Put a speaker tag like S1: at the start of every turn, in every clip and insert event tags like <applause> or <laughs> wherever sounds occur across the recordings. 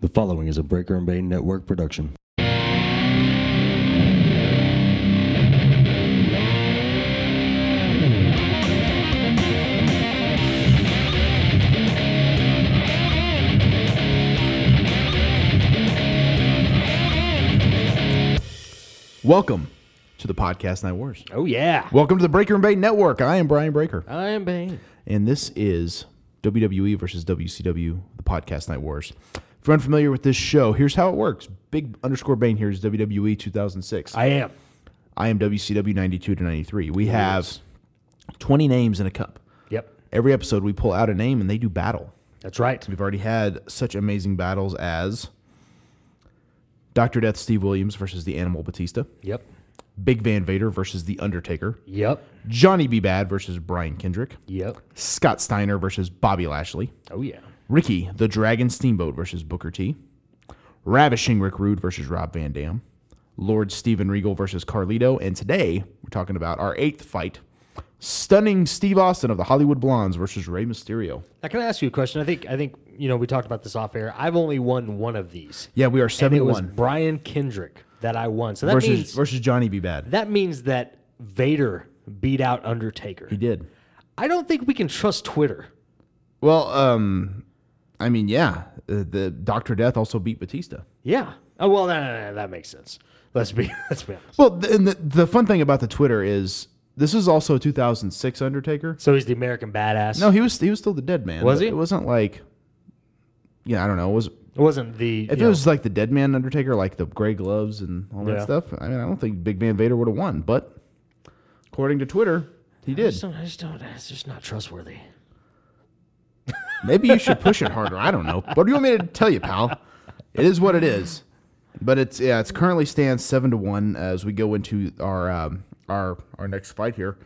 S1: The following is a Breaker and Bane Network production.
S2: Welcome to the podcast Night Wars.
S3: Oh yeah.
S2: Welcome to the Breaker and Bait Network. I am Brian Breaker,
S3: I am Bane.
S2: and this is WWE versus WCW, the podcast Night Wars. If you're unfamiliar with this show, here's how it works. Big underscore Bane here is E WWE 2006. I,
S3: I am.
S2: am WCW 92 to 93. We have 20 names in a cup.
S3: Yep.
S2: Every episode, we pull out a name and they do battle.
S3: That's right.
S2: We've already had such amazing battles as Dr. Death Steve Williams versus the Animal Batista,
S3: Yep.
S2: Big Van Vader versus the Undertaker,
S3: Yep.
S2: Johnny B. Bad versus Brian Kendrick,
S3: Yep.
S2: Scott Steiner versus Bobby Lashley,
S3: Oh yeah.
S2: Ricky the Dragon Steamboat versus Booker T, Ravishing Rick Rude versus Rob Van Dam, Lord Steven Regal versus Carlito, and today we're talking about our eighth fight. Stunning Steve Austin of the Hollywood Blondes versus Rey Mysterio.
S3: Now can I ask you a question? I think I think you know we talked about this off air. I've only won one of these.
S2: Yeah, we are
S3: And it was
S2: 71
S3: Brian Kendrick that I won. So that
S2: versus
S3: means
S2: versus Johnny B. Bad.
S3: that means that Vader beat out Undertaker.
S2: He did.
S3: I don't think we can trust Twitter.
S2: Well, um I mean, yeah, uh, the Dr. Death also beat Batista.
S3: Yeah. Oh well, no, no, no, that makes sense. Let's be <laughs> let's be honest.
S2: Well, th- and the, the fun thing about the Twitter is this is also 2006 Undertaker.
S3: So he's the American badass.
S2: No, he was he was still the dead man.
S3: Was
S2: but
S3: he?
S2: It wasn't like, yeah, I don't know. It was
S3: it wasn't the.
S2: if
S3: you
S2: it
S3: know,
S2: was like the dead man Undertaker, like the gray gloves and all that
S3: Yeah.
S2: stuff. I mean, I don't think Big Van Vader would have won, but according to Twitter, he
S3: I
S2: did.
S3: just don't. I just don't. It's just not trustworthy.
S2: Maybe you should push it harder. I don't know. What do you want me to tell you, pal? It is what it is. But it's yeah, it's currently stands seven to one as we go into our um, our our next fight here.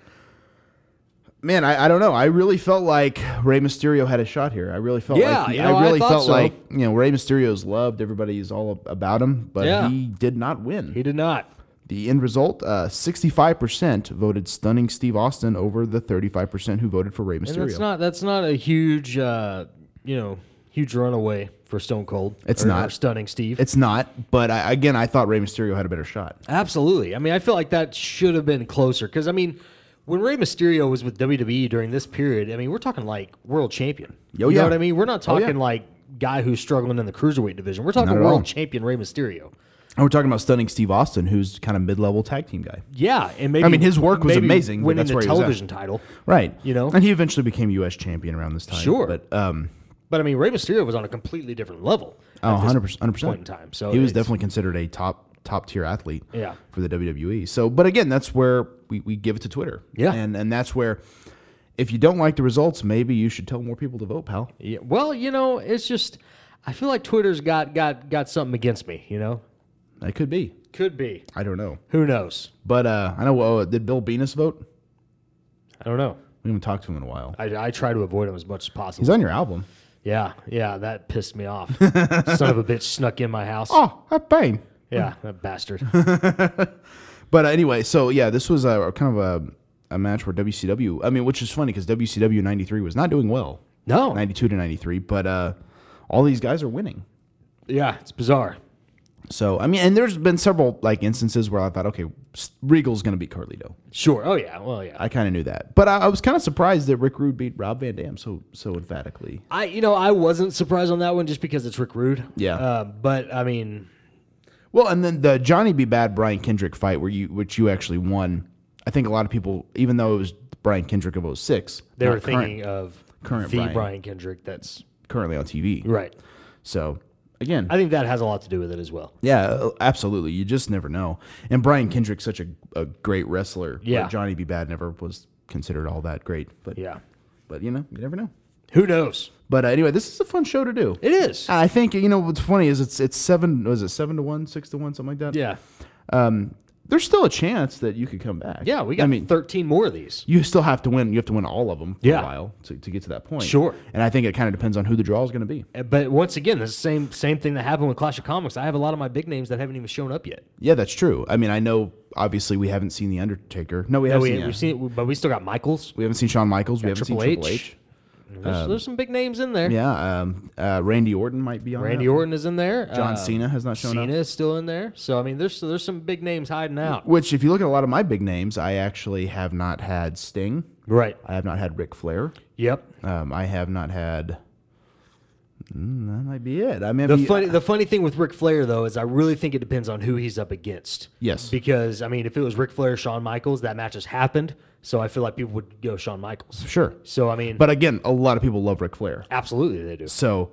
S2: Man, I, I don't know. I really felt like Rey Mysterio had a shot here. I really felt
S3: Yeah,
S2: like
S3: you know,
S2: I
S3: I
S2: really
S3: thought
S2: felt
S3: so.
S2: like you know Rey Mysterio's loved. Everybody's all ab- about him, but
S3: Yeah.
S2: he did not win.
S3: He did not.
S2: The end result: sixty five percent voted stunning Steve Austin over the thirty five percent who voted for Rey Mysterio.
S3: And that's not that's not a huge uh, you know huge runaway for Stone Cold.
S2: It's
S3: or-
S2: not.
S3: or stunning, Steve.
S2: It's not, but I, again, I thought Rey Mysterio had a better shot.
S3: Absolutely. I mean, I feel like that should have been closer because I mean, when Rey Mysterio was with WWE during this period, I mean, we're talking like world champion.
S2: Oh,
S3: you
S2: yeah.
S3: know what I mean? We're not
S2: Oh, yeah.
S3: talking like guy who's struggling in the cruiserweight division. We're talking
S2: Not at
S3: world
S2: all.
S3: champion Rey Mysterio.
S2: And we're talking about stunning Steve Austin, who's kind of mid-level tag team guy,
S3: Yeah, and maybe
S2: mean, his work was
S3: maybe
S2: amazing, but
S3: Winning
S2: that's
S3: the
S2: where he was at.
S3: television title,
S2: right?
S3: You know?
S2: and he eventually became U.S. champion around this time.
S3: Sure.
S2: but um,
S3: but I mean, Rey Mysterio was on a completely different level.
S2: oh,
S3: at this
S2: 100 percent
S3: point in time. So
S2: he was
S3: it's-
S2: definitely considered a top top tier athlete.
S3: Yeah.
S2: for the WWE. So, but again, that's where we, we give it to Twitter.
S3: Yeah.
S2: and and that's where if you don't like the results, maybe you should tell more people to vote, pal.
S3: Yeah, well, you know, it's just I feel like Twitter's got got got something against me. You know,
S2: That could be.
S3: could be.
S2: I don't know,
S3: Who knows?
S2: but uh, I know. Oh, did Bill Venus vote?
S3: I don't know.
S2: We haven't talked to him in a while.
S3: I, I try to avoid him as much as possible.
S2: He's on your album.
S3: yeah, yeah, that pissed me
S2: <laughs>
S3: off. Son of a bitch snuck in my house.
S2: Oh, that bang.
S3: Yeah, that
S2: <laughs>
S3: bastard.
S2: But uh, anyway, so yeah, this was a kind of a, a match where WCW. I mean, which is funny because WCW '93 was not doing well,
S3: No.
S2: '92 to '93. But uh, all these guys are winning.
S3: Yeah, it's bizarre.
S2: So I mean, and there's been several like instances where I thought, okay, S- Regal's going to beat Carlito.
S3: Sure. Oh yeah. Well yeah.
S2: I kind of knew that, but I, I was kind of surprised that Rick Rude beat Rob Van Dam so so emphatically.
S3: I you know I wasn't surprised on that one just because it's Rick Rude.
S2: Yeah.
S3: Uh, but I mean,
S2: Well, and then the Johnny B. Bad Brian Kendrick fight where you which you actually won. I think a lot of people, even though it was Brian Kendrick of 06,
S3: they
S2: not
S3: were
S2: current-
S3: thinking of
S2: current
S3: the
S2: Brian.
S3: Brian. Kendrick. That's
S2: currently on TV.
S3: right.
S2: So again,
S3: I think that has a lot to do with it as well.
S2: Yeah, uh, absolutely. You just never know. And Brian Kendrick's such a, a great wrestler. but
S3: Yeah.
S2: Johnny B. Bad never was considered all that great. But
S3: Yeah.
S2: but you know, you never know.
S3: Who knows?
S2: But uh, anyway, this is a fun show to do.
S3: It is.
S2: I think you know what's funny is it's it's seven was it seven to one, six to one, something like that.
S3: Yeah.
S2: There's still a chance that you could come back.
S3: Yeah, we got
S2: I mean
S3: 13 more of these.
S2: you still have to win. You have to win all of them for
S3: Yeah.
S2: a while to, to get to that point.
S3: Sure.
S2: And I think it kind of depends on who the draw is going to be.
S3: Uh, But once again, the same same thing that happened with Clash of Comics. I have a lot of my big names that haven't even shown up yet.
S2: Yeah, that's true. I mean, I know obviously we haven't seen the Undertaker. No, we
S3: Yeah,
S2: haven't.
S3: we,
S2: seen, Oh, yeah.
S3: We've seen, it, but we still got Michaels,
S2: We haven't seen Shawn Michaels. We haven't
S3: Triple
S2: seen
S3: H.
S2: Triple H.
S3: There's, there's some big names in there.
S2: Um, Yeah, um, uh, Randy Orton might be on.
S3: Randy
S2: that.
S3: Orton is in there.
S2: John
S3: Uh,
S2: Cena has not shown
S3: Cena
S2: up.
S3: is still in there. So I mean, there's there's some big names hiding out.
S2: Which, if you look at a lot of my big names, I actually have not had Sting.
S3: Right.
S2: I have not had Ric Flair.
S3: Yep.
S2: Um, I have not had. Mm, that might be it. I mean,
S3: The
S2: I mean,
S3: funny the funny thing with Ric Flair though is I really think it depends on who he's up against.
S2: Yes.
S3: Because I mean, if it was Ric Flair, Shawn Michaels, that match has happened. So I feel like people would go Shawn Michaels.
S2: sure.
S3: So I mean,
S2: But again, a lot of people love Ric Flair.
S3: absolutely they do.
S2: So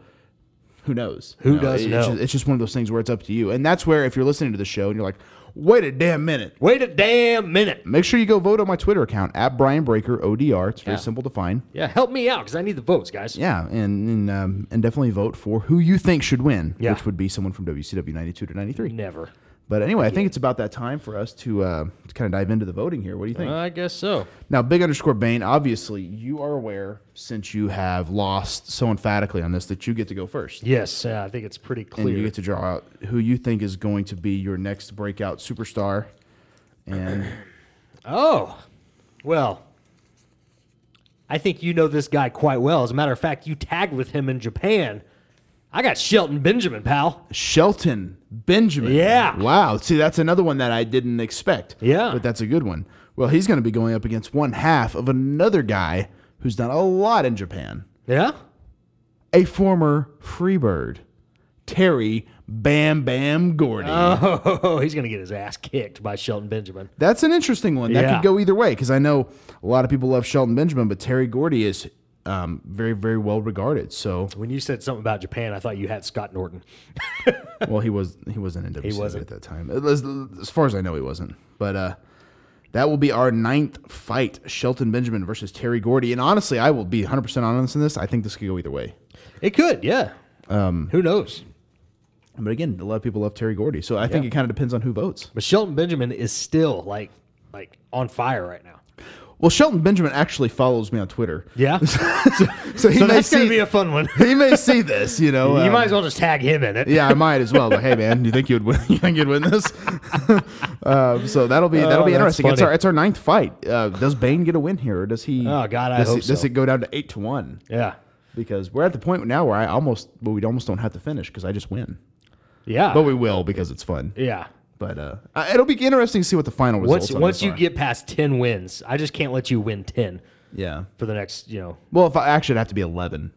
S2: who knows?
S3: Who does
S2: it's
S3: know?
S2: Just, it's just one of those things where it's up to you. And that's where if you're listening to the show and you're like, wait a damn minute.
S3: Wait a damn minute.
S2: Make sure you go vote on my Twitter account at Brian Breaker ODR. It's very
S3: Yeah.
S2: simple to find.
S3: Yeah, help me out because I need the votes, guys.
S2: Yeah, and and, um, and definitely vote for who you think should win,
S3: Yeah. Mm-hmm.
S2: which would be someone from WCW '92 to '93.
S3: Never.
S2: But anyway, I think it's about that time for us to, uh, to kind of dive into the voting here. What do you think?
S3: I guess so.
S2: Now, big underscore Bane, obviously, you are aware since you have lost so emphatically on this that you get to go first.
S3: Yes, uh, I think it's pretty
S2: And you
S3: clear.
S2: get to draw out who you think is going to be your next breakout superstar. And
S3: Oh, well, I think you know this guy quite well. As a matter of fact, you tagged with him in Japan. I got Shelton Benjamin, pal.
S2: Shelton Benjamin.
S3: Yeah.
S2: Wow. See, that's another one that I didn't expect.
S3: Yeah.
S2: But that's a good one. Well, he's going to be going up against one half of another guy who's done a lot in Japan.
S3: Yeah?
S2: A former Freebird, Terry Bam Bam Gordy.
S3: Oh, <laughs> he's going to get his ass kicked by Shelton Benjamin.
S2: That's an interesting one. That
S3: Yeah.
S2: could go either way because I know a lot of people love Shelton Benjamin, but Terry Gordy is um, very, very well regarded. So,
S3: When you said something about Japan, I thought you had Scott Norton.
S2: well, he was he wasn't in WCW
S3: wasn't.
S2: at that time, as, as far as I know, he wasn't. But uh, that will be our ninth fight: Shelton Benjamin versus Terry Gordy. And honestly, I will be 100 percent honest in this. I think this could go either way.
S3: It could, yeah. Um, Who knows?
S2: But again, a lot of people love Terry Gordy, so I think it kind of depends on who votes.
S3: But Shelton Benjamin is still like like on fire right now.
S2: Well, Shelton Benjamin actually follows me on Twitter,
S3: <laughs> Yeah.
S2: <laughs> so he
S3: so that's
S2: may
S3: going
S2: see
S3: to be a fun one.
S2: <laughs> he may see this. You know,
S3: you
S2: um,
S3: might as well just tag him in it.
S2: yeah, I might as well. But hey, man, do you think you'd win? <laughs> You think you'd win this? um, so that'll be that'll
S3: Oh,
S2: be
S3: that's
S2: interesting. It's
S3: funny.
S2: our it's our ninth fight. Uh, does Bane get a win here, or does he?
S3: Oh, God, I
S2: does,
S3: hope
S2: it, does
S3: so.
S2: it go down to eight to one?
S3: Yeah.
S2: Because we're at the point now where I almost well, we almost don't have to finish because I just win,
S3: Yeah.
S2: but we will because it's fun.
S3: yeah.
S2: But uh, I- it'll be interesting to see what the final results.
S3: Once
S2: on
S3: once
S2: this
S3: you
S2: are.
S3: get past ten wins, I just can't let you win ten
S2: yeah,
S3: for the next, you know.
S2: well, if I actually it'd have to be eleven,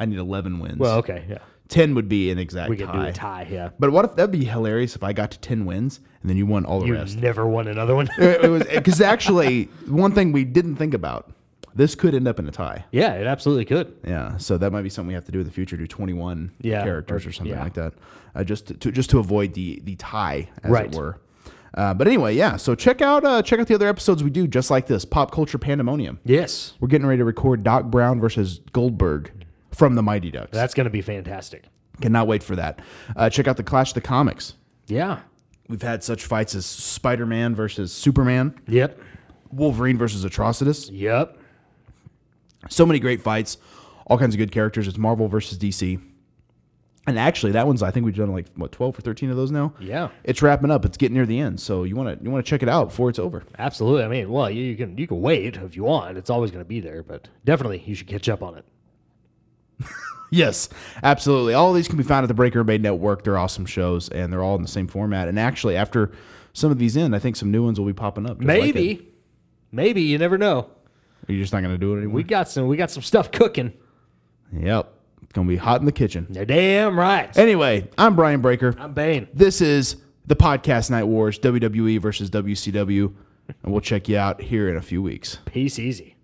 S2: I need eleven wins.
S3: Well, okay, yeah,
S2: ten would be an exact
S3: we could do
S2: tie.
S3: a tie. Yeah,
S2: But what if that'd be hilarious if I got to ten wins and then you won all the
S3: you
S2: rest?
S3: never won another one. <laughs>
S2: it it was because actually one thing we didn't think about this could end up in a tie
S3: yeah, it absolutely could.
S2: yeah so that might be something we have to do in the future do 21
S3: Yeah,
S2: characters or,
S3: or-
S2: something
S3: yeah.
S2: like that uh, just to just to avoid the the tie as
S3: Right.
S2: it were uh, but anyway yeah so check out uh, check out the other episodes we do just like this pop culture pandemonium
S3: Yes,
S2: we're getting ready to record doc brown versus goldberg from the mighty ducks
S3: that's going to be fantastic.
S2: cannot wait for that uh, check out the clash of the comics
S3: Yeah.
S2: we've had such fights as spider-man versus superman
S3: Yep.
S2: wolverine versus atrocitus
S3: Yep.
S2: So many great fights, all kinds of good characters. It's Marvel versus DC. And actually, that one's I think we've done like what twelve or thirteen of those now.
S3: Yeah.
S2: it's wrapping up. It's getting near the end, so you want to you want to check it out before it's over. <laughs>
S3: Absolutely. I mean, well, you, you can you can wait if you want. It's always going to be there, but definitely you should catch up on it.
S2: Yes, absolutely. All of these can be found at the Breaker and Bay Network. They're awesome shows, and they're all in the same format. And actually, after some of these end, I think some new ones will be popping up. just like
S3: Maybe, maybe you never know.
S2: that. Are you just not going to do it anymore?
S3: We got some we got some stuff cooking.
S2: yep, it's going to be hot in the kitchen.
S3: You're damn right.
S2: Anyway, I'm Brian Breaker.
S3: I'm Bane.
S2: This is the podcast E Night Wars WWE versus WCW, and we'll check you out here in a few weeks.
S3: Peace easy.